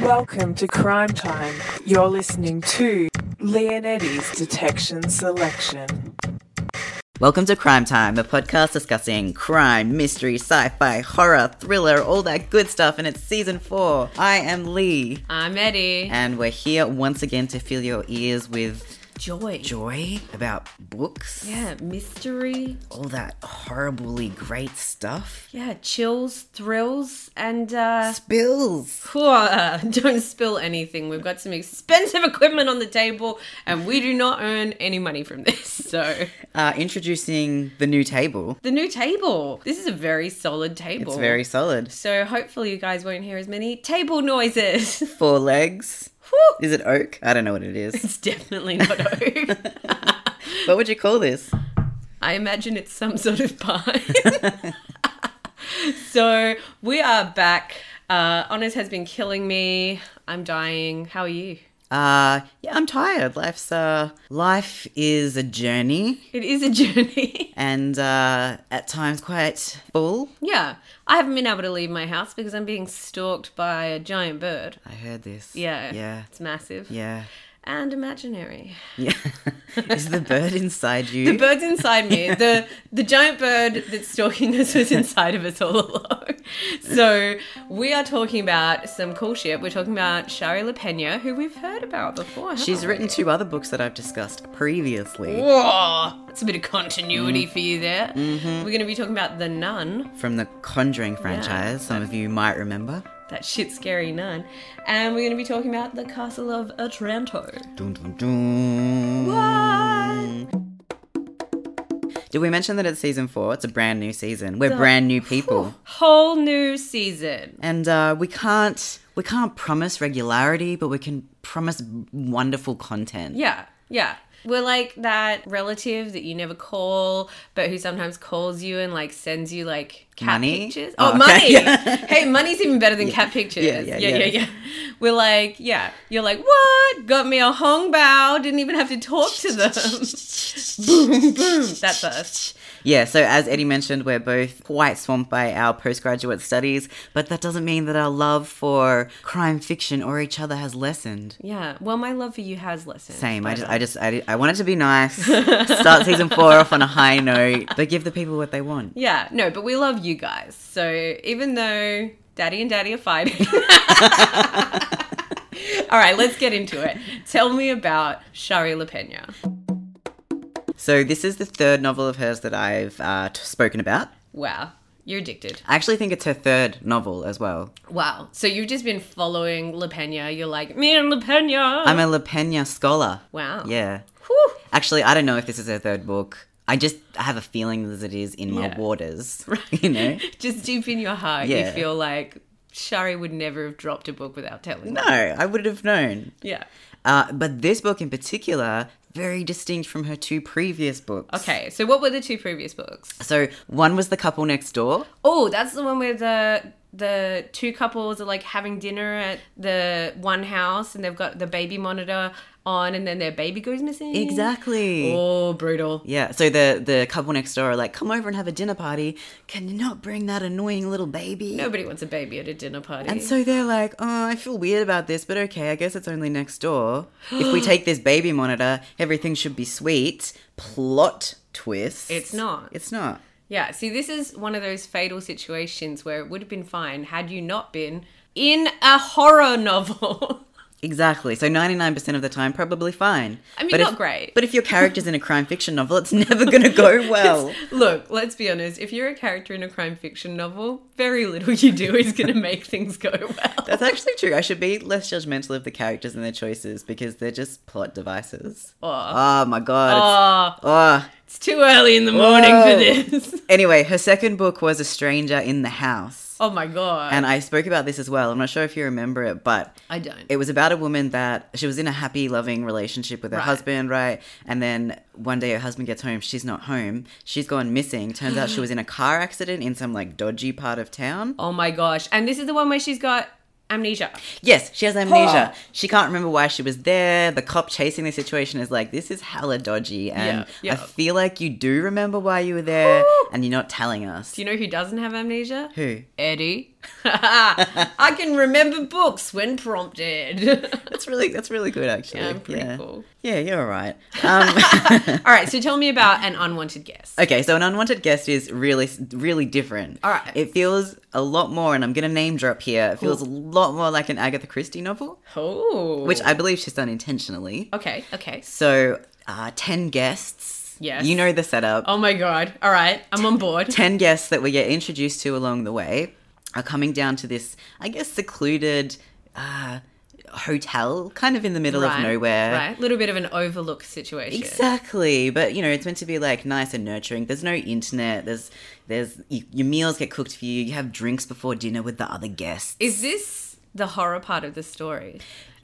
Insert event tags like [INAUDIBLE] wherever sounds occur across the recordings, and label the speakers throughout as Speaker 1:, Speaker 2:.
Speaker 1: Welcome to Crime Time. You're listening to Leonetti's Detection Selection.
Speaker 2: Welcome to Crime Time, a podcast discussing crime, mystery, sci fi, horror, thriller, all that good stuff, and it's season four. I am Lee,
Speaker 3: I'm Eddie.
Speaker 2: and we're here once again to fill your ears with
Speaker 3: Joy.
Speaker 2: joy about books,
Speaker 3: Yeah, mystery.
Speaker 2: all that horribly great stuff.
Speaker 3: Yeah, chills, thrills, and uh, [LAUGHS]
Speaker 2: Spills!
Speaker 3: poor, uh, [LAUGHS] don't spill anything. We've got some expensive equipment on the table, and we do not earn any money from [LAUGHS] this. So,
Speaker 2: Uh, introducing the new table.
Speaker 3: the new table. This is a very solid table.
Speaker 2: It's very solid.
Speaker 3: So, hopefully, you guys won't hear as many table noises. [LAUGHS]
Speaker 2: Four legs.
Speaker 3: Whew.
Speaker 2: Is it oak? I don't know what it is.
Speaker 3: [LAUGHS] It's definitely not oak.
Speaker 2: [LAUGHS] What would you call this?
Speaker 3: I imagine it's some sort of pie. [LAUGHS] so we are back. Uh, Honors has been killing me. I'm dying. How are you?
Speaker 2: Uh, yeah, I'm tired. Life's uh, life is a journey.
Speaker 3: It is a journey. [LAUGHS]
Speaker 2: and uh, at times quite full.
Speaker 3: yeah. I haven't been able to leave my house because I'm being stalked by a giant bird.
Speaker 2: I heard this.
Speaker 3: Yeah.
Speaker 2: Yeah.
Speaker 3: It's massive.
Speaker 2: Yeah.
Speaker 3: And imaginary.
Speaker 2: Yeah. [LAUGHS] Is the bird inside you?
Speaker 3: The bird's inside
Speaker 2: [LAUGHS]
Speaker 3: me. The the giant bird that's stalking us was inside of us all along. So we are talking about some cool shit. We're talking about Shari LaPena, who we've heard about before. haven't
Speaker 2: She's
Speaker 3: we?
Speaker 2: written two other books that I've discussed previously
Speaker 3: Whoa, that's a bit of continuity for you there. We're going to be talking about the nun,
Speaker 2: from the Conjuring franchise. Some of you might remember.
Speaker 3: that shit scary nun, and we're going to be talking about the castle of Otranto.
Speaker 2: Dun, dun, dun. Did we mention that it's season four? It's a brand new season. We're brand new people.
Speaker 3: Whole new season.
Speaker 2: and uh, we can't we can't promise regularity, but we can promise wonderful content.
Speaker 3: Yeah, yeah. We're like that relative that you never call, but who sometimes calls you and like sends you like cat
Speaker 2: Money?
Speaker 3: pictures.
Speaker 2: Oh,
Speaker 3: Oh,
Speaker 2: okay.
Speaker 3: money!
Speaker 2: [LAUGHS]
Speaker 3: hey, money's even better than cat pictures.
Speaker 2: yeah,
Speaker 3: Yeah
Speaker 2: yeah,
Speaker 3: yeah yeah,
Speaker 2: yeah.
Speaker 3: We're like, yeah. You're like, what? Got me a Hong Bao. Didn't even have to talk to them. [LAUGHS] boom, boom. That's us.
Speaker 2: Yeah, so as Eddie mentioned, we're both quite swamped by our postgraduate studies, but that doesn't mean that our love for crime fiction or each other has lessened.
Speaker 3: Yeah. Well, my love for you has lessened.
Speaker 2: Same. I
Speaker 3: but,
Speaker 2: just, I just, I, I wanted to be
Speaker 3: [LAUGHS]
Speaker 2: nice. Start season four off on a high note, but give the people what they want.
Speaker 3: Yeah. No, but we love you guys. So even though Daddy and Daddy are fighting. [LAUGHS] All right, let's get into it. Tell me about Shari LaPena.
Speaker 2: So this is the third novel of hers that I've uh, t- spoken about.
Speaker 3: Wow. You're addicted.
Speaker 2: I actually think it's her third novel as well.
Speaker 3: Wow. So you've just been following LaPena. You're like, me and LaPena.
Speaker 2: I'm a La Pena scholar.
Speaker 3: Oh. wow.
Speaker 2: Yeah.
Speaker 3: Whew.
Speaker 2: Actually, I don't know if this is her third book. I just have a feeling that it is in my
Speaker 3: Yeah. [LAUGHS]
Speaker 2: waters. [LAUGHS] You know.
Speaker 3: Just deep in your heart,
Speaker 2: Yeah.
Speaker 3: you feel like Shari would never have dropped a book without telling
Speaker 2: No,
Speaker 3: you.
Speaker 2: I would have known.
Speaker 3: Yeah.
Speaker 2: Uh, but this book in particular, very distinct from her two previous books.
Speaker 3: Okay. So what were the two previous books?
Speaker 2: So one was The Couple Next Door.
Speaker 3: Oh, that's the one where the the two couples are like having dinner at the one house and they've got the baby monitor on and then their baby goes missing.
Speaker 2: Exactly.
Speaker 3: Oh, brutal.
Speaker 2: Yeah. So the the couple next door are like, come over and have a dinner party. Can you not bring that annoying little baby?
Speaker 3: Nobody wants a baby at a dinner party.
Speaker 2: And so they're like, oh, I feel weird about this, but okay, I guess it's only next door. If we take this baby monitor, everything should be sweet. Plot twist.
Speaker 3: It's not.
Speaker 2: It's not.
Speaker 3: Yeah, see, this is one of those fatal situations where it would have been fine had you not been in a horror novel. [LAUGHS]
Speaker 2: Exactly. So 99% of the time, probably fine.
Speaker 3: I mean,
Speaker 2: But
Speaker 3: not
Speaker 2: if-
Speaker 3: great.
Speaker 2: But if your character's in a crime fiction novel, it's [LAUGHS] never going to
Speaker 3: [LAUGHS]
Speaker 2: go well.
Speaker 3: Look, let's be honest. If you're a character in a crime fiction novel, very little you do is going to make things go [LAUGHS] well.
Speaker 2: That's actually true. I should be less judgmental of the characters and their choices because they're just plot devices. Oh, my God.
Speaker 3: Oh,
Speaker 2: It's, oh.
Speaker 3: it's too early in the morning
Speaker 2: Whoa.
Speaker 3: for this. [LAUGHS]
Speaker 2: Anyway, her second book was A Stranger in the House.
Speaker 3: Oh my god.
Speaker 2: And I spoke about this as well. I'm not sure if you remember it, but
Speaker 3: I don't.
Speaker 2: it was about a woman that she was in a happy, loving relationship with her
Speaker 3: Right.
Speaker 2: husband, right? And then one day her husband gets home. She's not home. She's gone missing. Turns out she was in a car accident in some like dodgy part of town.
Speaker 3: oh my gosh. And this is the one where she's got amnesia.
Speaker 2: Yes, she has amnesia. She can't remember why she was there. The cop chasing the situation is like, this is hella dodgy. And
Speaker 3: Yeah,
Speaker 2: I
Speaker 3: yeah.
Speaker 2: feel like you do remember why you were there
Speaker 3: Whew.
Speaker 2: and you're not telling us.
Speaker 3: Do you know who doesn't have amnesia?
Speaker 2: Who?
Speaker 3: Eddie. [LAUGHS] I can remember books when prompted. [LAUGHS]
Speaker 2: That's really that's really good actually.
Speaker 3: I'm pretty cool.
Speaker 2: Yeah, you're all right. Um,
Speaker 3: All right, so tell me about an unwanted guest.
Speaker 2: okay, so an unwanted guest is really really different.
Speaker 3: All right.
Speaker 2: It feels a lot more, and I'm gonna name drop here. It feels a lot more like an Agatha Christie novel,
Speaker 3: Oh.
Speaker 2: which I believe she's done intentionally.
Speaker 3: Okay, okay.
Speaker 2: So, uh, ten guests.
Speaker 3: Yes.
Speaker 2: You know the setup.
Speaker 3: Oh my god. All right, I'm on board.
Speaker 2: 10 guests that we get introduced to along the way are coming down to this, I guess, secluded uh, hotel kind of in the middle of nowhere.
Speaker 3: Right. Little bit of an overlook situation.
Speaker 2: Exactly, but you know it's meant to be like nice and nurturing. There's no internet. There's there's you, your meals get cooked for you. You have drinks before dinner with the other guests.
Speaker 3: [LAUGHS] Is this the horror part of the story?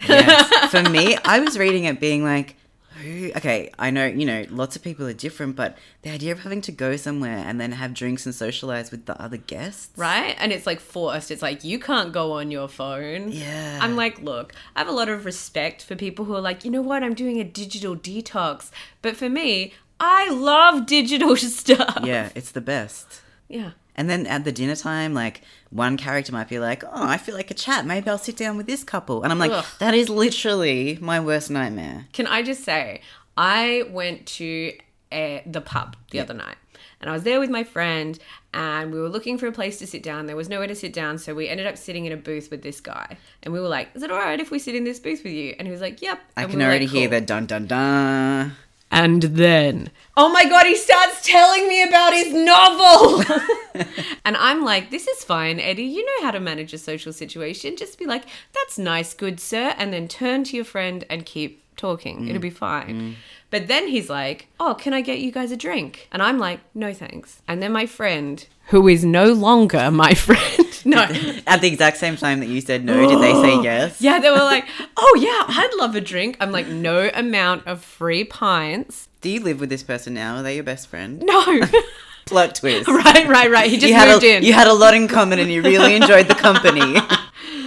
Speaker 2: Yes. for me, I was reading it being like, who? Okay, I know, you know, lots of people are different, but the idea of having to go somewhere and then have drinks and socialize with the other guests.
Speaker 3: Right? And it's like forced. It's like you can't go on your phone.
Speaker 2: Yeah.
Speaker 3: I'm like, look, I have a lot of respect for people who are like, you know what, I'm doing a digital detox. But for me, I love digital [LAUGHS] stuff.
Speaker 2: Yeah, it's the best.
Speaker 3: Yeah.
Speaker 2: And then at the dinner time, like one character might be like, "Oh, I feel like a chat. Maybe I'll sit down with this couple." And I'm like,
Speaker 3: Ugh.
Speaker 2: "That is literally my worst nightmare."
Speaker 3: Can I just say, I went to uh the pub the other night and I was there with my friend and we were looking for a place to sit down. There was nowhere to sit down, so we ended up sitting in a booth with this guy. And we were like, Is it all right if we sit in this booth with you? And he was like, Yep.
Speaker 2: I
Speaker 3: And
Speaker 2: can
Speaker 3: we were
Speaker 2: already
Speaker 3: like,
Speaker 2: hear
Speaker 3: "Cool."
Speaker 2: the dun dun dun.
Speaker 3: And then, oh my god, he starts telling me about his novel. [LAUGHS] and I'm like, this is fine, Eddie. You know how to manage a social situation. Just be like, that's nice, good sir. And then turn to your friend and keep talking. It'll be fine. But then he's like, oh, can I get you guys a drink? And I'm like, no thanks. And then my friend, who is no longer my [LAUGHS] friend, no,
Speaker 2: At the exact same time that you said no, did they [GASPS] say yes?
Speaker 3: yeah, they were like, oh yeah, I'd love a drink. I'm like, no amount of free pints.
Speaker 2: Do you live with this person now? Are they your best friend?
Speaker 3: No.
Speaker 2: Plot twist.
Speaker 3: [LAUGHS] Right, right, right. He just
Speaker 2: you had
Speaker 3: moved
Speaker 2: a,
Speaker 3: in.
Speaker 2: You had a lot in common, and you really enjoyed the [LAUGHS] company.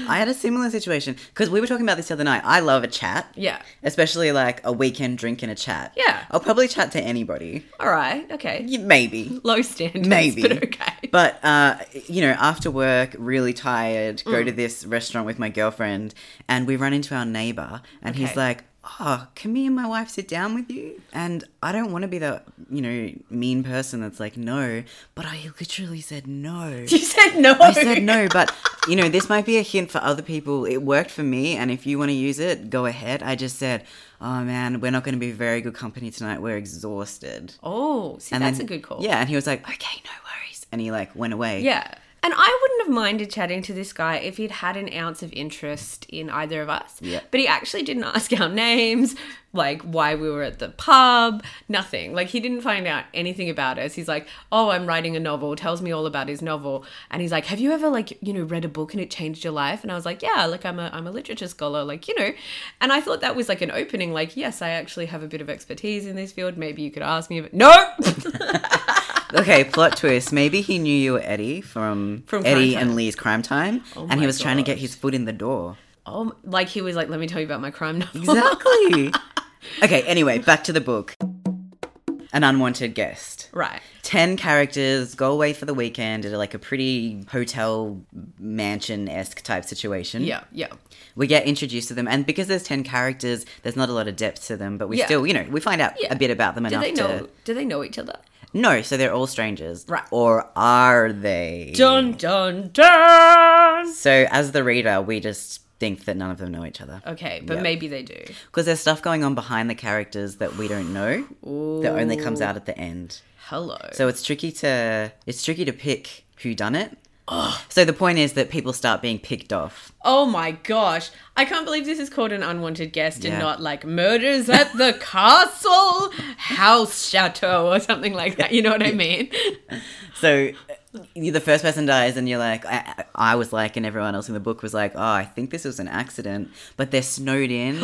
Speaker 2: I had a similar situation because we were talking about this the other night. I love a chat.
Speaker 3: Yeah.
Speaker 2: Especially like a weekend drink and a chat.
Speaker 3: Yeah.
Speaker 2: I'll probably chat to anybody.
Speaker 3: All right. Okay.
Speaker 2: Y- Maybe.
Speaker 3: Low standards,
Speaker 2: Maybe.
Speaker 3: but okay. [LAUGHS]
Speaker 2: But, uh, you know, after work, really tired, go
Speaker 3: Mm.
Speaker 2: to this restaurant with my girlfriend, and we run into our neighbor, and he's
Speaker 3: Okay.
Speaker 2: like, Oh, can me and my wife sit down with you? And I don't want to be the, you know, mean person that's like, no, but I literally said
Speaker 3: [LAUGHS]
Speaker 2: no.
Speaker 3: you said no.
Speaker 2: I said no, but you know, this might be a hint for other people. It worked for me, and if you want to use it, go ahead. I just said, "Oh man, we're not going to be very good company tonight. We're exhausted."
Speaker 3: Oh, see,
Speaker 2: And
Speaker 3: that's
Speaker 2: then-
Speaker 3: a good call.
Speaker 2: Yeah, and he was like, "Okay, no worries," and he like went away.
Speaker 3: Yeah. And I wouldn't have minded chatting to this guy if he'd had an ounce of interest in either of us.
Speaker 2: Yeah.
Speaker 3: But he actually didn't ask our names, like why we were at the pub, nothing. Like he didn't find out anything about us. He's like, "Oh, I'm writing a novel." Tells me all about his novel, and he's like, "Have you ever like you know read a book and it changed your life?" And I was like, "Yeah, like I'm a I'm a literature scholar, like you know." And I thought that was like an opening, like, "Yes, I actually have a bit of expertise in this field. Maybe you could ask me." About-. No.
Speaker 2: [LAUGHS]
Speaker 3: [LAUGHS]
Speaker 2: Okay, plot twist. Maybe he knew you were Eddie from
Speaker 3: From Crime
Speaker 2: Eddie
Speaker 3: Time. Oh
Speaker 2: and Lee's Crime Time, and
Speaker 3: my
Speaker 2: he was trying to get his foot in the door.
Speaker 3: [LAUGHS] oh, like he was like, "Let me tell you about my crime novel."
Speaker 2: Exactly. [LAUGHS] okay. Anyway, back to the book. An unwanted guest.
Speaker 3: Right.
Speaker 2: 10 characters go away for the weekend at like a pretty hotel mansion esque type situation.
Speaker 3: Yeah, yeah.
Speaker 2: We get introduced to them, and because there's 10 characters, there's not a lot of depth to them, but we
Speaker 3: Yeah.
Speaker 2: still, you know, we find out
Speaker 3: Yeah.
Speaker 2: a bit about them
Speaker 3: Do
Speaker 2: enough
Speaker 3: they know?
Speaker 2: to.
Speaker 3: Do they know each other?
Speaker 2: No, so they're all strangers.
Speaker 3: Right.
Speaker 2: Or are they?
Speaker 3: Dun dun dun.
Speaker 2: So as the reader, we just think that none of them know each other.
Speaker 3: Okay, but
Speaker 2: Yeah.
Speaker 3: maybe they do.
Speaker 2: Because there's stuff going on behind the characters that we don't know that only comes out at the end.
Speaker 3: Hello.
Speaker 2: So it's tricky to it's tricky to pick who done it. So the point is that people start being picked off.
Speaker 3: oh my gosh, I can't believe this is called an unwanted guest
Speaker 2: Yeah.
Speaker 3: and not like murders at the castle house chateau or something like that. You know what I mean?
Speaker 2: So uh, you- the first person dies, and you're like, I, I I was like, and everyone else in the book was like, oh, I think this was an accident, but they're snowed
Speaker 3: [GASPS]
Speaker 2: in.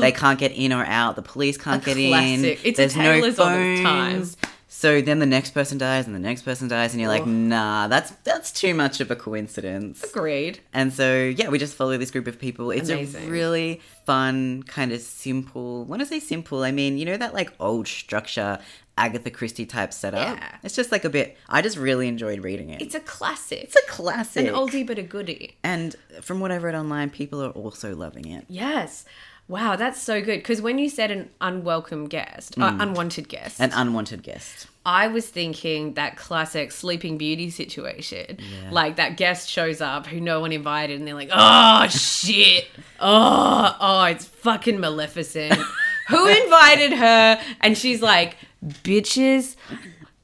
Speaker 2: they can't get in or out. The police can't get
Speaker 3: classic.
Speaker 2: in.
Speaker 3: It's a tale as old as time.
Speaker 2: So then the next person dies, and the next person dies, and you're like, nah, that's that's too much of a coincidence.
Speaker 3: Agreed.
Speaker 2: And so, yeah, we just follow this group of people. It's
Speaker 3: Amazing.
Speaker 2: a really fun, kind of simple. When I say simple, I mean, you know, that like old structure, Agatha Christie type setup?
Speaker 3: Yeah.
Speaker 2: It's just like a bit, I just really enjoyed reading it.
Speaker 3: It's a classic.
Speaker 2: It's a classic.
Speaker 3: an oldie but a goodie.
Speaker 2: and from what I read online, people are also loving it.
Speaker 3: Yes. Wow, that's so good. Because when you said an unwelcome guest, uh, unwanted guest,
Speaker 2: An unwanted guest.
Speaker 3: I was thinking that classic Sleeping Beauty situation. Like that guest shows up who no one invited, and they're like, "Oh shit! Oh, oh, it's fucking Maleficent. who invited her?" And she's like, "Bitches."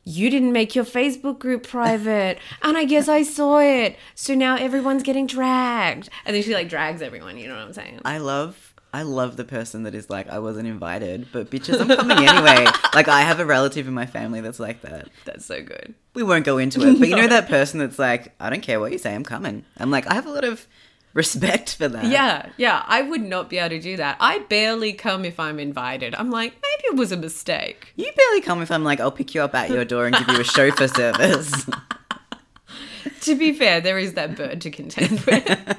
Speaker 3: You didn't make your Facebook group private, and I guess I saw it. So now everyone's getting dragged, and then she like drags everyone. You know what I'm saying?
Speaker 2: I love I love the person that is like, I wasn't invited, but bitches, [LAUGHS] I'm coming anyway. like I have a relative in my family that's like that.
Speaker 3: That's so good.
Speaker 2: We won't go into it. But
Speaker 3: [LAUGHS]
Speaker 2: you know that person that's like, I don't care what you say, I'm coming. I'm like, I have a lot of respect for that.
Speaker 3: Yeah, yeah, I would not be able to do that. I barely come if I'm invited. I'm like, maybe it was a mistake.
Speaker 2: You barely come if I'm like, I'll pick you up at your door and give you a chauffeur
Speaker 3: [LAUGHS]
Speaker 2: service.
Speaker 3: to be fair, there is that bird to contend [LAUGHS] with.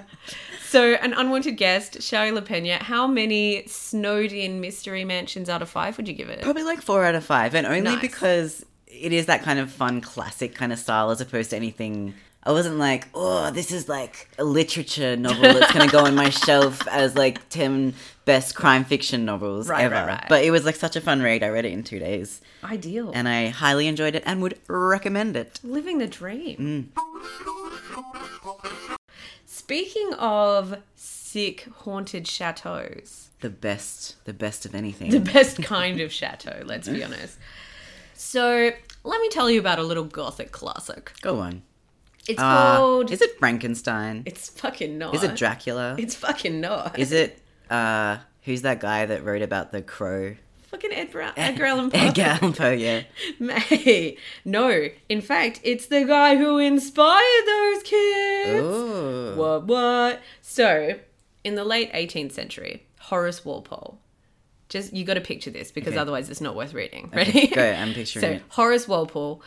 Speaker 3: so, an unwanted guest, Shari LaPena, how many snowed in mystery mansions out of five would you give it?
Speaker 2: Probably like four out of five. And only
Speaker 3: Nice.
Speaker 2: because it is that kind of fun classic kind of style as opposed to anything I wasn't like, oh, this is like a literature novel that's gonna go on
Speaker 3: [LAUGHS]
Speaker 2: my shelf as like ten best crime fiction novels
Speaker 3: Right, right,
Speaker 2: ever.
Speaker 3: right.
Speaker 2: But it was like such a fun read. I read it in two days.
Speaker 3: Ideal.
Speaker 2: And I highly enjoyed it and would recommend it.
Speaker 3: Living the dream. Speaking of sick haunted chateaus, [LAUGHS]
Speaker 2: The best the best of anything.
Speaker 3: the best kind of chateau, let's be honest. So, let me tell you about a little gothic classic.
Speaker 2: go on.
Speaker 3: It's
Speaker 2: Uh,
Speaker 3: called.
Speaker 2: is it Frankenstein?
Speaker 3: Oh, it's fucking not.
Speaker 2: Is it Dracula?
Speaker 3: It's fucking not.
Speaker 2: Is it uh who's that guy that wrote about the
Speaker 3: [LAUGHS]
Speaker 2: crow?
Speaker 3: [LAUGHS] fucking Ed Brown,
Speaker 2: [LAUGHS]
Speaker 3: Edgar Allan Poe.
Speaker 2: Edgar Allan Poe, yeah.
Speaker 3: Mate, no. In fact, it's the guy who inspired those kids.
Speaker 2: Oh. Ooh.
Speaker 3: What? What? So, in the late 18th century, Horace Walpole. Just you got to picture this because
Speaker 2: Okay.
Speaker 3: otherwise it's not worth reading. Ready?
Speaker 2: go, I'm picturing
Speaker 3: so,
Speaker 2: it. Mm-hmm.
Speaker 3: Horace Walpole,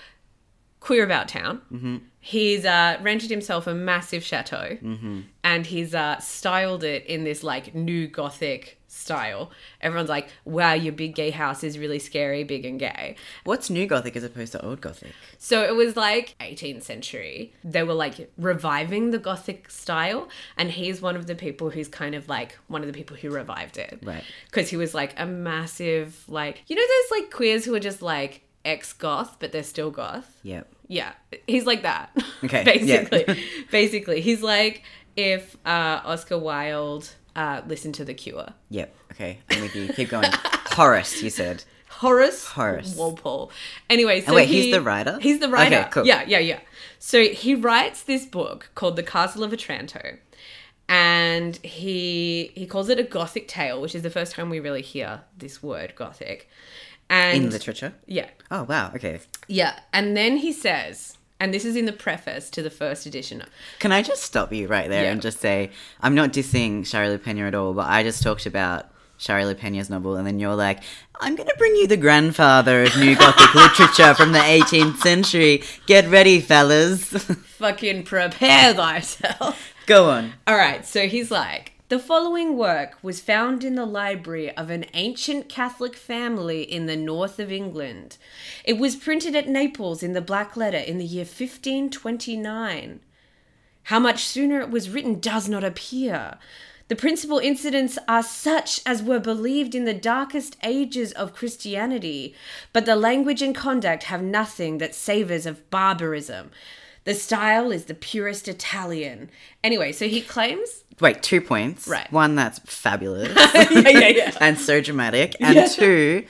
Speaker 3: queer about town. He's uh, rented himself a massive chateau,
Speaker 2: Mm-hmm.
Speaker 3: and he's uh, styled it in this like new gothic style. Everyone's like, "Wow, your big gay house is really scary, big and gay."
Speaker 2: What's new Gothic as opposed to old Gothic?
Speaker 3: So it was like 18th century. They were like reviving the Gothic style, and he's one of the people who's kind of like one of the people who revived it.
Speaker 2: Right.
Speaker 3: Because he was like a massive, like, you know, those like queers who are just like ex goth, but they're still goth?
Speaker 2: Yep.
Speaker 3: Yeah, he's like that.
Speaker 2: Okay,
Speaker 3: [LAUGHS]
Speaker 2: yeah.
Speaker 3: basically,
Speaker 2: [LAUGHS]
Speaker 3: basically, he's like if uh, Oscar Wilde uh, listened to The Cure.
Speaker 2: Yep. Okay. I'm with you. Keep
Speaker 3: [LAUGHS]
Speaker 2: going. Horace, you said.
Speaker 3: Horace,
Speaker 2: Horace. Oh,
Speaker 3: Walpole. Anyway, so
Speaker 2: wait,
Speaker 3: he-
Speaker 2: he's the writer?
Speaker 3: He's the writer.
Speaker 2: Okay, cool.
Speaker 3: Yeah, yeah, yeah. So he writes this book called The Castle of Otranto, and he he calls it a Gothic tale, which is the first time we really hear this word Gothic. And
Speaker 2: In literature.
Speaker 3: yeah,
Speaker 2: Oh wow. Okay.
Speaker 3: yeah, and then he says, and this is in the preface to the first edition.
Speaker 2: Can I just stop you right there
Speaker 3: Yeah.
Speaker 2: and just say I'm not dissing Shari LaPena at all, but I just talked about Shari LaPena's novel, and then you're like, I'm going to bring you the grandfather of new
Speaker 3: [LAUGHS]
Speaker 2: Gothic literature from the 18th century. Get ready, fellas. [LAUGHS]
Speaker 3: Fucking prepare thyself.
Speaker 2: Go on.
Speaker 3: All right, so he's like, the following work was found in the library of an ancient Catholic family in the north of England. It was printed at Naples in the black letter in the year 1529. How much sooner it was written does not appear. The principal incidents are such as were believed in the darkest ages of Christianity, but the language and conduct have nothing that savours of barbarism. The style is the purest Italian. Anyway, so he claims.
Speaker 2: Wait, two points.
Speaker 3: Right.
Speaker 2: One that's
Speaker 3: [LAUGHS]
Speaker 2: fabulous
Speaker 3: yeah, yeah, yeah.
Speaker 2: and so dramatic, and two,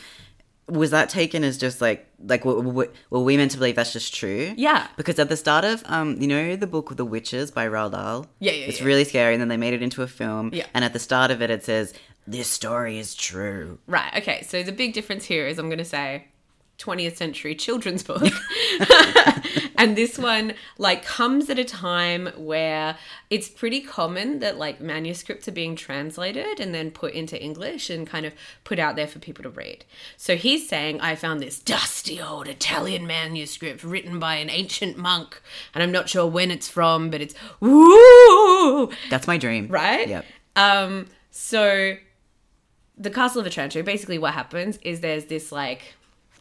Speaker 2: was that taken as just like like were, were, were we meant to believe that's just true?
Speaker 3: Yeah.
Speaker 2: Because at the start of um, you know the book The Witches by Roald Dahl.
Speaker 3: Yeah, yeah,
Speaker 2: It's
Speaker 3: yeah.
Speaker 2: really scary, and then they made it into a film.
Speaker 3: Yeah.
Speaker 2: And at the start of it, it says this story is true.
Speaker 3: Right, okay, so [LAUGHS] the big difference here is I'm going to say 20th century children's book. And this one like comes at a time where it's pretty common that like manuscripts are being translated and then put into English and kind of put out there for people to read. So he's saying, I found this dusty old Italian manuscript written by an ancient monk, and I'm not sure when it's from, but it's woo
Speaker 2: That's my dream.
Speaker 3: right?
Speaker 2: Yep.
Speaker 3: Um, so the Castle of Otranto, basically what happens is there's this like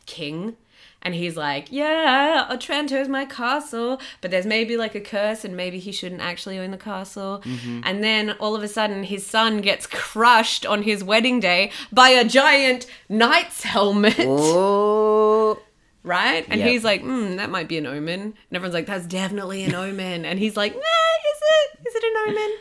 Speaker 3: king and he's like, yeah, Otranto is my castle, but there's maybe like a curse and maybe he shouldn't actually own the castle. And then all of a sudden his son gets crushed on his wedding day by a giant knight's helmet
Speaker 2: Oh.
Speaker 3: [LAUGHS] right? And
Speaker 2: Yep.
Speaker 3: he's like, mm, that might be an omen. And everyone's like, that's definitely an omen. And he's like, nah, is it? Is it an omen?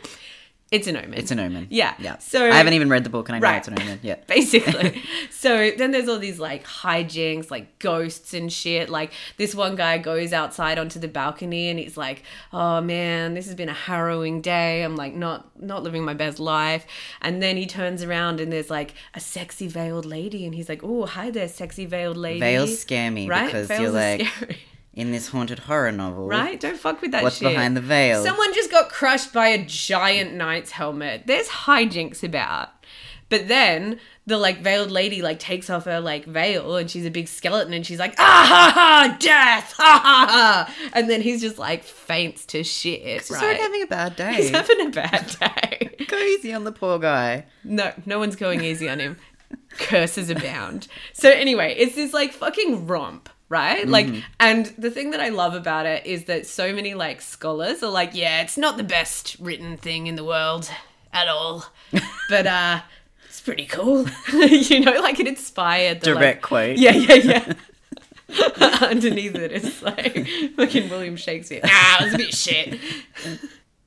Speaker 3: It's an omen.
Speaker 2: It's an omen.
Speaker 3: Yeah.
Speaker 2: Yeah.
Speaker 3: So-
Speaker 2: So I haven't even read the book and I know
Speaker 3: Right.
Speaker 2: it's an omen. Yeah.
Speaker 3: [LAUGHS] Basically. so then there's all these like hijinks, like ghosts and shit. Like this one guy goes outside onto the balcony and he's like, Oh man, this has been a harrowing day. I'm like not not living my best life. And then he turns around and there's like a sexy veiled lady and he's like, Oh, hi there, sexy veiled lady.
Speaker 2: Veils scare me because you're
Speaker 3: Veils are
Speaker 2: like
Speaker 3: scary. [LAUGHS]
Speaker 2: in this haunted horror novel.
Speaker 3: Right? Don't fuck with that
Speaker 2: What's
Speaker 3: shit.
Speaker 2: behind the veil?
Speaker 3: Someone just got crushed by a giant knight's helmet. There's hijinks about. But then the like veiled lady like takes off her like veil and she's a big skeleton and she's like, ah ha ha, death, ha ha ha. And then he's just like faints to shit.
Speaker 2: Just started
Speaker 3: Right?
Speaker 2: having a bad day.
Speaker 3: [LAUGHS] He's having a bad day.
Speaker 2: Go easy on the poor guy.
Speaker 3: No, no one's going easy on him. Curses abound. So anyway, it's this like fucking romp, right? Like and the thing that I love about it is that so many like scholars are like, yeah, it's not the best written thing in the world at all. but uh it's pretty cool. [LAUGHS] you know, like it inspired the like-
Speaker 2: Direct quote.
Speaker 3: Yeah, yeah, yeah. [LAUGHS] Underneath it, it's like fucking William Shakespeare. Ah, it was a bit shit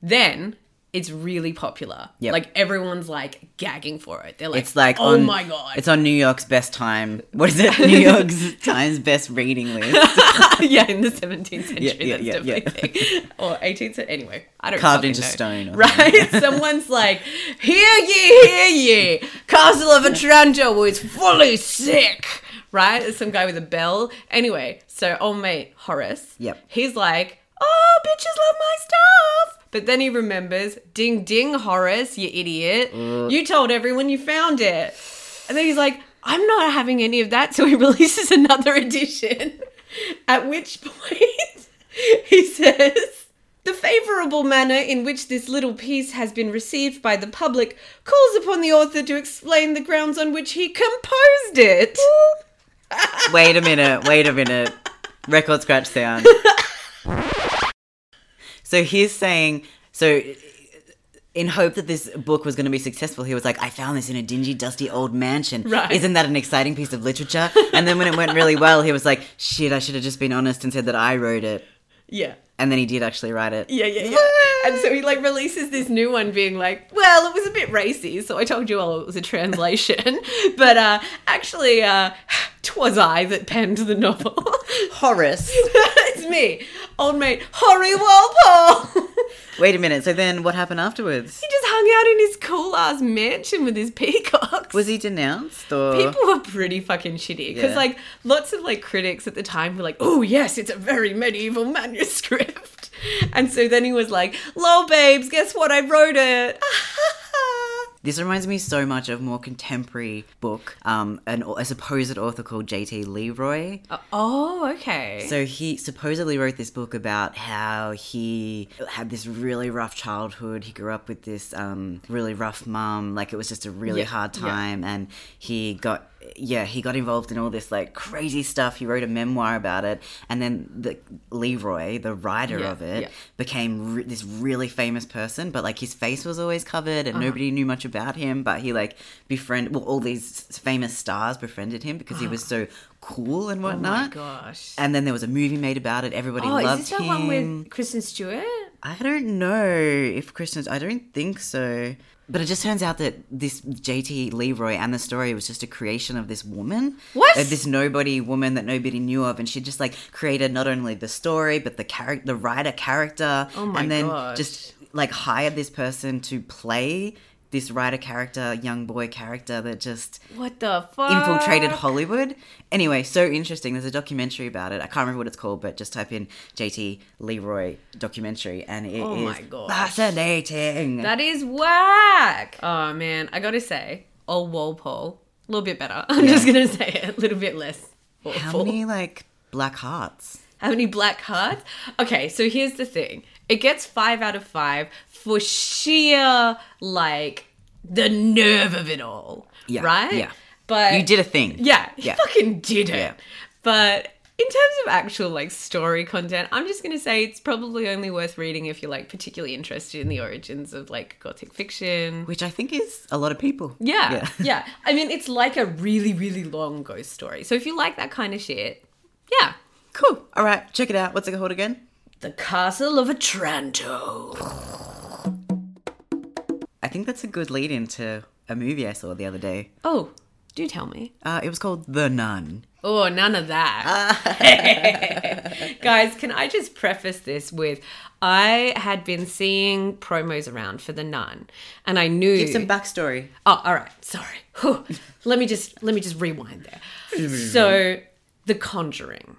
Speaker 3: then it's really popular.
Speaker 2: Yep.
Speaker 3: Like everyone's like gagging for it. They're like,
Speaker 2: It's like
Speaker 3: oh
Speaker 2: on-
Speaker 3: my god,
Speaker 2: It's on New York's best time. What is it? [LAUGHS] New York's Times best reading list.
Speaker 3: [LAUGHS] yeah, in the 17th century,
Speaker 2: Yeah, yeah,
Speaker 3: that's
Speaker 2: yeah,
Speaker 3: definitely a thing. or 18th century. Anyway, I don't
Speaker 2: Carved
Speaker 3: fucking
Speaker 2: into
Speaker 3: know.
Speaker 2: stone or
Speaker 3: [LAUGHS] right? Someone's like, "Hear ye, hear ye! Castle of Otranto is fully sick." Right? It's some guy with a bell. Anyway, so old mate Horace.
Speaker 2: Yep.
Speaker 3: He's like, "Oh, bitches love my stuff." But then he remembers, "Ding ding, Horace, you idiot! You told everyone you found it." And then he's like, I'm not having any of that. [LAUGHS] So he releases another edition. [LAUGHS] At which point [LAUGHS] he says, The favourable manner in which this little piece has been received by the public calls upon the author to explain the grounds on which he composed it.
Speaker 2: wait a minute. Wait a minute. Record scratch sound. so he's saying. So in hope that this book was going to be successful, he was like, I found this in a dingy, dusty old mansion.
Speaker 3: Right.
Speaker 2: Isn't that an exciting piece of literature? And then when it went really well, he was like, shit, I should have just been honest and said that I wrote it.
Speaker 3: Yeah.
Speaker 2: And then he did actually write it.
Speaker 3: Yeah, yeah, yeah. And so he like releases this new one being like, well, it was a bit racy, so I told you all it was a translation. but uh actually uh [SIGHS] 'twas I that penned the novel. [LAUGHS]
Speaker 2: Horace.
Speaker 3: it's me, old mate Horry Walpole. [LAUGHS]
Speaker 2: Wait a minute. So then what happened afterwards?
Speaker 3: he just hung out in his cool ass mansion with his peacocks.
Speaker 2: Was he denounced or
Speaker 3: People were pretty fucking shitty because,
Speaker 2: Yeah.
Speaker 3: like, lots of like critics at the time were like, "Oh yes, it's a very medieval [LAUGHS] manuscript," and so then he was like, "Lol, babes, guess what? I
Speaker 2: [LAUGHS]
Speaker 3: wrote it."
Speaker 2: This reminds me so much of more contemporary book, um, an, a supposed author called J.T. Leroy.
Speaker 3: oh, okay.
Speaker 2: So he supposedly wrote this book about how he had this really rough childhood. He grew up with this um, really rough mum. Like it was just a really
Speaker 3: Yeah,
Speaker 2: hard
Speaker 3: yeah.
Speaker 2: time, and he got yeah he got involved in all this like crazy stuff. He wrote a memoir about it, and then the Leroy, the writer
Speaker 3: Yeah,
Speaker 2: of it,
Speaker 3: yeah.
Speaker 2: became re- this really famous person. But like his face was always covered,
Speaker 3: Uh-huh.
Speaker 2: and nobody knew much about him. But he like befriended well all these s- famous stars befriended him because he was so cool and
Speaker 3: Ah. oh my
Speaker 2: whatnot.
Speaker 3: gosh.
Speaker 2: And then there was a movie made about it. Everybody
Speaker 3: Oh,
Speaker 2: loved
Speaker 3: is this the
Speaker 2: him.
Speaker 3: one with Kristen Stewart?
Speaker 2: I don't know if Christians. I don't think so. But it just turns out that this JT Leroy and the story was just a creation of this woman.
Speaker 3: What?
Speaker 2: Uh, This nobody woman that nobody knew of, and she just like created not only the story but the character, the writer character,
Speaker 3: Oh my
Speaker 2: and then
Speaker 3: gosh.
Speaker 2: just like hired this person to play this writer character, young boy character that just
Speaker 3: What the fuck?
Speaker 2: infiltrated
Speaker 3: Uh,
Speaker 2: Hollywood. Anyway, so interesting. There's a documentary about it. I can't remember what it's called, but just type in JT Leroy documentary, and it is
Speaker 3: Oh my gosh.
Speaker 2: fascinating.
Speaker 3: That is whack. Oh man, I gotta say, old Walpole, a little bit better. [LAUGHS] I'm just gonna say it, a little bit less awful.
Speaker 2: How many like black hearts?
Speaker 3: How many black hearts? Okay, so here's the thing. It gets five out of five for sheer like the nerve of it all, right?
Speaker 2: Yeah, yeah.
Speaker 3: But
Speaker 2: You did a thing.
Speaker 3: Uh, yeah, he
Speaker 2: Yeah.
Speaker 3: fucking did it.
Speaker 2: Yeah.
Speaker 3: But in terms of actual like story content, I'm just gonna say it's probably only worth reading if you're like particularly interested in the origins of like gothic fiction.
Speaker 2: Which I think is a lot of people.
Speaker 3: Yeah, [LAUGHS] yeah.
Speaker 2: [LAUGHS]
Speaker 3: I mean, it's like a really, really long ghost story. So if you like that kind of shit, yeah, cool.
Speaker 2: All right, check it out. What's it called again?
Speaker 3: The Castle of Otranto.
Speaker 2: I think that's a good lead into a movie I saw the other day.
Speaker 3: Oh, do tell me.
Speaker 2: Uh, it was called The Nun.
Speaker 3: Oh, none of that. [LAUGHS] Guys, can I just preface this with I had been seeing promos around for the nun and I knew
Speaker 2: Give some backstory.
Speaker 3: Oh, all right. Sorry. Whew. let me just let me just rewind there. So, The Conjuring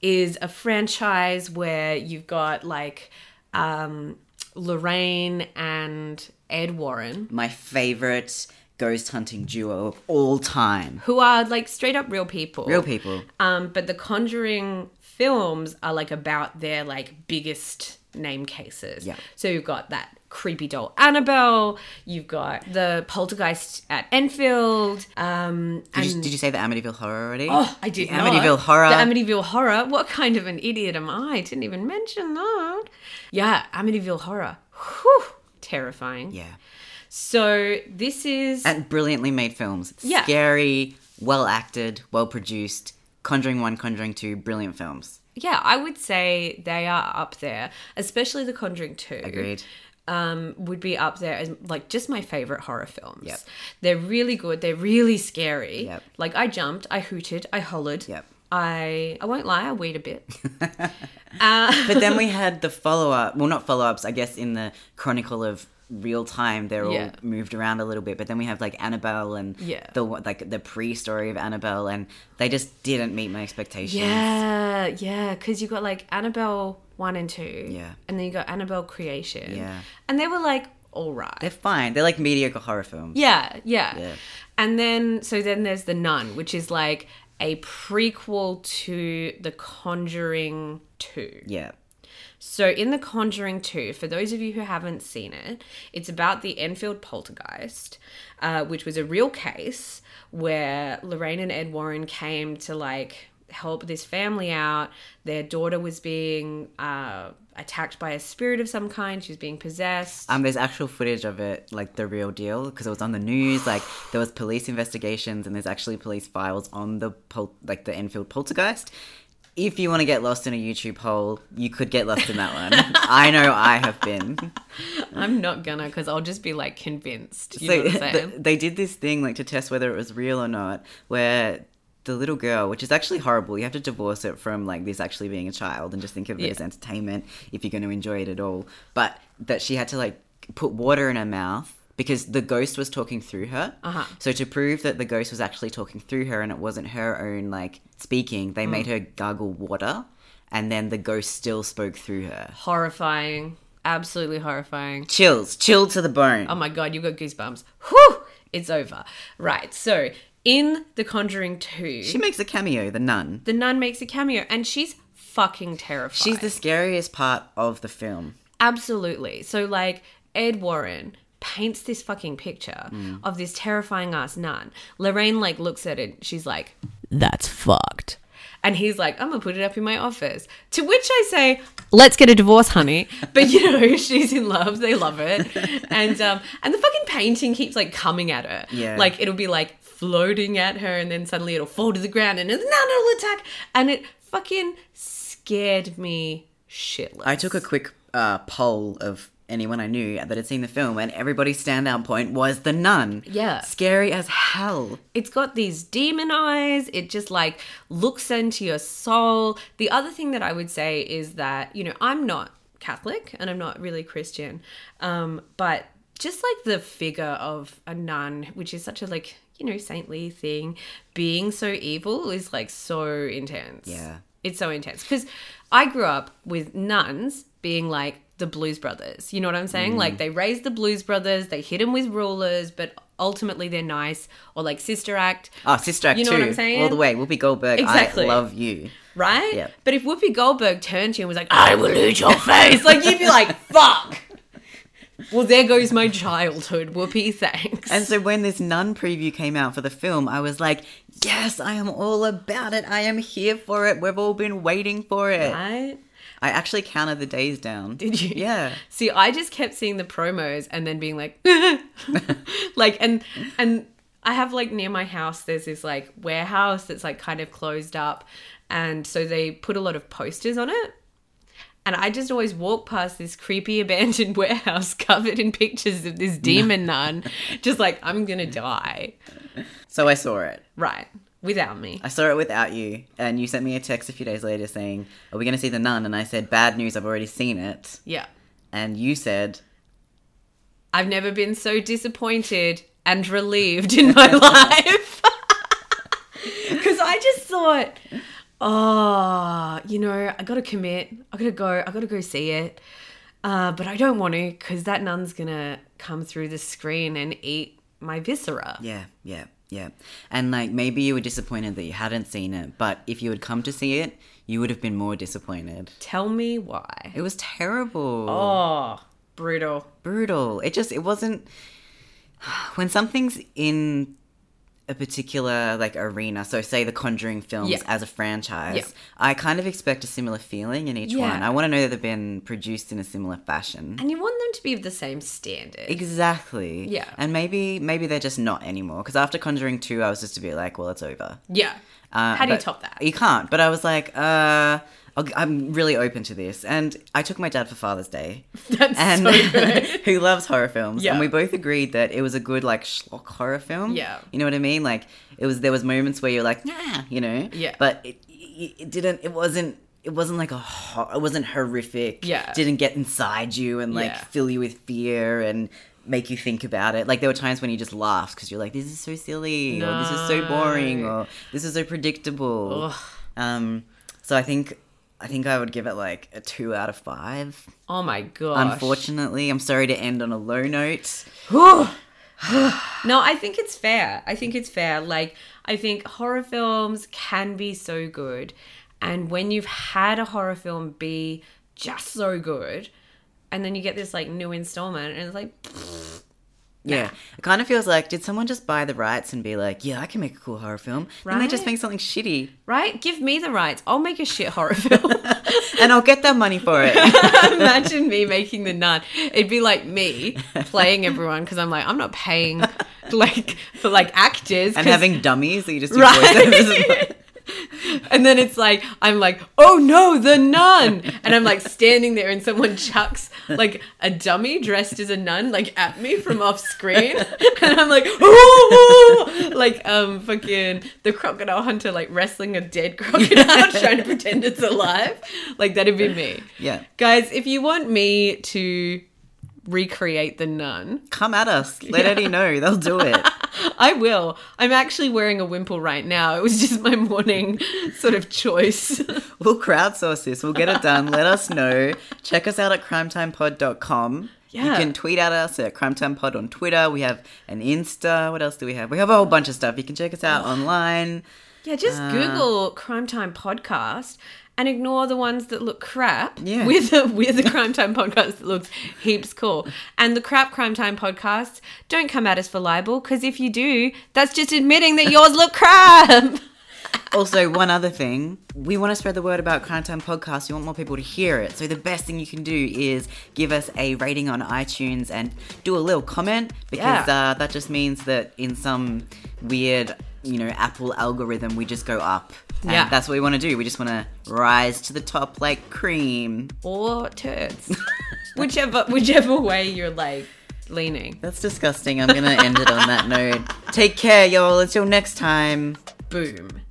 Speaker 3: is a franchise where you've got like um, Lorraine and Ed Warren,
Speaker 2: My favorite ghost hunting duo of all time.
Speaker 3: who are like straight up real people.
Speaker 2: Real people.
Speaker 3: Um, but the Conjuring films are like about their like biggest name cases.
Speaker 2: Yeah.
Speaker 3: So you've got that creepy doll Annabelle. You've got the poltergeist at Enfield. Um,
Speaker 2: Did,
Speaker 3: and
Speaker 2: you, did you say the Amityville Horror already?
Speaker 3: oh, I did
Speaker 2: The
Speaker 3: not.
Speaker 2: Amityville Horror.
Speaker 3: The Amityville Horror. What kind of an idiot am I? I didn't even mention that. Yeah, Amityville Horror. Whew, terrifying.
Speaker 2: yeah.
Speaker 3: So this is
Speaker 2: And brilliantly made films. It's
Speaker 3: Yeah.
Speaker 2: Scary, well acted, well produced. Conjuring 1, Conjuring 2, brilliant films.
Speaker 3: yeah, I would say they are up there, especially The Conjuring Two.
Speaker 2: Agreed.
Speaker 3: um, would be up there as like just my favorite horror films.
Speaker 2: Yep.
Speaker 3: They're really good. They're really scary.
Speaker 2: Yep.
Speaker 3: Like I jumped, I hooted, I hollered.
Speaker 2: Yep.
Speaker 3: I I won't lie, I weed
Speaker 2: [LAUGHS]
Speaker 3: a bit.
Speaker 2: But then
Speaker 3: [LAUGHS]
Speaker 2: we had the follow up. Well, not follow ups, I guess, in the chronicle of real time, they're all
Speaker 3: Yeah.
Speaker 2: moved around a little bit. But then we have like Annabelle and
Speaker 3: Yeah.
Speaker 2: the one- like the pre story of Annabelle, and they just didn't meet my expectations.
Speaker 3: yeah, yeah, because you got like Annabelle one and two.
Speaker 2: Yeah.
Speaker 3: And then you got Annabelle Creation.
Speaker 2: Yeah.
Speaker 3: And they were like, all right.
Speaker 2: They're fine. They're like mediocre horror films.
Speaker 3: Yeah, yeah.
Speaker 2: Yeah.
Speaker 3: And then so then there's The Nun, which is like a prequel to The Conjuring 2.
Speaker 2: Yeah.
Speaker 3: So, in The Conjuring 2, for those of you who haven't seen it, it's about the Enfield poltergeist, uh, which was a real case where Lorraine and Ed Warren came to like help this family out. Their daughter was being uh, attacked by a spirit of some kind, she was being possessed.
Speaker 2: Um, there's actual footage of it, like the real deal, because it was on the news. Like there was police investigations, and there's actually police files on the pol- like the Enfield poltergeist. If you want to get lost in a YouTube hole, you could get lost in that one. I know I have been.
Speaker 3: [LAUGHS] I'm not gonna, because I'll just be like convinced. You
Speaker 2: so [LAUGHS]
Speaker 3: know what I'm
Speaker 2: th-
Speaker 3: saying?
Speaker 2: they did this thing like to test whether it was real or not where the little girl which is actually horrible you have to divorce it from like this actually being a child and just think of it
Speaker 3: Yeah.
Speaker 2: as entertainment if you're going to enjoy it at all but that she had to like put water in her mouth because the ghost was talking through her uh-huh. so to prove that the ghost was actually talking through her and it wasn't her own like speaking they
Speaker 3: Mm.
Speaker 2: made her gargle water and then the ghost still spoke through her
Speaker 3: horrifying. Absolutely horrifying.
Speaker 2: chills chill to the bone
Speaker 3: Oh my god, you got goosebumps. Whew! It's over. Right, so in The Conjuring 2,
Speaker 2: she makes a cameo the nun
Speaker 3: the nun makes a cameo and she's fucking terrified.
Speaker 2: She's the scariest part of the film.
Speaker 3: Absolutely. So, like, Ed Warren paints this fucking picture
Speaker 2: Mm.
Speaker 3: of this terrifying ass nun. Lorraine, like, looks at it. She's like, that's fucked. And he's like, I'm going to put it up in my office. To which I say, let's get a divorce, honey. [LAUGHS] But, you know, she's in love. They love it. And, um, and the fucking painting keeps, like, coming at her.
Speaker 2: Yeah.
Speaker 3: Like, it'll be, like, floating at her and then suddenly it'll fall to the ground and it's nun it'll attack. And it fucking scared me shitless.
Speaker 2: I took a quick uh, poll of anyone I knew that had seen the film, and everybody's standout point was the nun.
Speaker 3: Yeah.
Speaker 2: Scary as hell.
Speaker 3: It's got these demon eyes. It just like looks into your soul. The other thing that I would say is that, you know, I'm not Catholic and I'm not really Christian, um, but just like the figure of a nun, which is such a like you know saintly thing, being so evil is like so intense.
Speaker 2: Yeah.
Speaker 3: it's so intense because I grew up with nuns being like the Blues Brothers. You know what I'm saying? Like they raised the Blues Brothers, they hit them with rulers, but ultimately they're nice or like Sister Act.
Speaker 2: Oh, Sister Act
Speaker 3: You know
Speaker 2: too.
Speaker 3: what I'm saying?
Speaker 2: All the way. Whoopi Goldberg.
Speaker 3: Exactly.
Speaker 2: I love you.
Speaker 3: right?
Speaker 2: Yep.
Speaker 3: But if Whoopi Goldberg turned to you and was like, I will eat your face, like you'd be like, fuck. Well, there goes my childhood, Whoopi, thanks.
Speaker 2: And so when this nun preview came out for the film, I was like, yes, I am all about it. I am here for it. We've all been waiting for it.
Speaker 3: right?
Speaker 2: I actually counted the days down.
Speaker 3: Did you?
Speaker 2: Yeah.
Speaker 3: See, I just kept seeing the promos and then being like, [LAUGHS] like, and and I have like near my house, there's this like warehouse that's like kind of closed up, and so they put a lot of posters on it. And I just always walk past this creepy [LAUGHS] abandoned warehouse [LAUGHS] covered in pictures of this demon nun, just like I'm gonna die,
Speaker 2: So I saw it.
Speaker 3: right? Without me,
Speaker 2: I saw it without you, and you sent me a text a few days later saying, Are we going to see The Nun? And I said, Bad news, I've already seen it.
Speaker 3: yeah.
Speaker 2: And you said,
Speaker 3: I've never been so disappointed and relieved in my [LAUGHS] life. Because I just thought, oh, you know, I got to commit. I got to go. I got to go see it. Uh, but I don't want to because that nun's going to come through the screen and eat my viscera.
Speaker 2: Yeah, yeah, yeah. And like maybe you were disappointed that you hadn't seen it, but if you had come to see it, you would have been more disappointed.
Speaker 3: Tell me why.
Speaker 2: It was terrible.
Speaker 3: Oh, brutal.
Speaker 2: brutal. It just it wasn't when something's in a particular like arena, so say the Conjuring films
Speaker 3: Yeah.
Speaker 2: as a franchise,
Speaker 3: Yeah.
Speaker 2: I kind of expect a similar feeling in each
Speaker 3: Yeah.
Speaker 2: one. I want to know that they've been produced in a similar fashion.
Speaker 3: And you want them to be of the same standard.
Speaker 2: Exactly.
Speaker 3: Yeah.
Speaker 2: And maybe maybe they're just not anymore. Because after Conjuring Two, I was just a bit like, well, it's over.
Speaker 3: yeah.
Speaker 2: Uh,
Speaker 3: How do you
Speaker 2: but-
Speaker 3: top that?
Speaker 2: You can't. But I was like, uh, I'll, I'm really open to this. And I took my dad for Father's
Speaker 3: [LAUGHS]
Speaker 2: Day,
Speaker 3: [LAUGHS] That's
Speaker 2: and
Speaker 3: so
Speaker 2: [LAUGHS]
Speaker 3: good.
Speaker 2: who loves horror films.
Speaker 3: Yeah.
Speaker 2: And we both agreed that it was a good like schlock horror film.
Speaker 3: Yeah.
Speaker 2: you know what I mean. Like it was there was moments where you're like, nah, you know.
Speaker 3: Yeah.
Speaker 2: But it, it, it didn't. It wasn't. It wasn't like a. Ho- it wasn't horrific.
Speaker 3: Yeah.
Speaker 2: Didn't get inside you and like
Speaker 3: Yeah.
Speaker 2: fill you with fear and. Make you think about it. Like there were times when you just laughed because you're like, "This is so silly," or "This is so boring,"
Speaker 3: No.
Speaker 2: or "This is so predictable."
Speaker 3: Ugh.
Speaker 2: Um, so I think, I think I would give it like a two out of five.
Speaker 3: Oh my gosh.
Speaker 2: Unfortunately, I'm sorry to end on a low note.
Speaker 3: Whew. no, I think it's fair. I think it's fair. Like, I think horror films can be so good. And when you've had a horror film be just so good, and then you get this like new installment, and it's like,
Speaker 2: Yeah. It kind of feels like, did someone just buy the rights and be like, yeah, I can make a cool horror film? Then they just
Speaker 3: Right?
Speaker 2: make something shitty
Speaker 3: right? Give me the rights. I'll make a shit horror [LAUGHS] film.
Speaker 2: and I'll get that money for it.
Speaker 3: Imagine me making the nun. It'd be like me playing everyone because I'm like, I'm not paying [LAUGHS] like for like actors
Speaker 2: and
Speaker 3: 'cause-
Speaker 2: having dummies that you just do [LAUGHS] voiceovers.
Speaker 3: Right. and then it's like I'm like, oh no, the nun, and I'm like standing there, and someone chucks like a dummy dressed as a nun like at me from off screen, [LAUGHS] and I'm like, oh, like um fucking the crocodile hunter like wrestling a dead crocodile [LAUGHS] trying to pretend it's alive, like that'd be me.
Speaker 2: yeah.
Speaker 3: Guys, if you want me to recreate the nun.
Speaker 2: Come at us. Let Eddie know. They'll do it.
Speaker 3: I will. I'm actually wearing a wimple right now. It was just my morning sort of choice.
Speaker 2: We'll crowdsource this. We'll get it done. Let us know. Check us out at crimetimepod.com. You
Speaker 3: Yeah.
Speaker 2: can tweet at us at crimetimepod on Twitter. We have an Insta. What else do we have? We have a whole bunch of stuff. You can check us out online.
Speaker 3: [LAUGHS] yeah, just Google Crime Time Podcast and ignore the ones that look crap.
Speaker 2: Yeah.
Speaker 3: We're the, we're the Crime Time Podcast that looks heaps cool. And the crap Crime Time Podcast, don't come at us for libel because if you do, that's just admitting that yours look crap.
Speaker 2: Also, one other thing, we want to spread the word about Crime Time Podcast. We want more people to hear it. So the best thing you can do is give us a rating on iTunes and do a little comment because
Speaker 3: Yeah.
Speaker 2: uh, that just means that in some weird, you know, Apple algorithm, we just go up. And
Speaker 3: Yeah.
Speaker 2: that's what we want to do. We just want to rise to the top like cream.
Speaker 3: Or [LAUGHS] turds. whichever, whichever way you're like leaning.
Speaker 2: That's
Speaker 3: [LAUGHS]
Speaker 2: disgusting. I'm going to end it on that note. Take care, y'all. Until next time.
Speaker 3: Boom.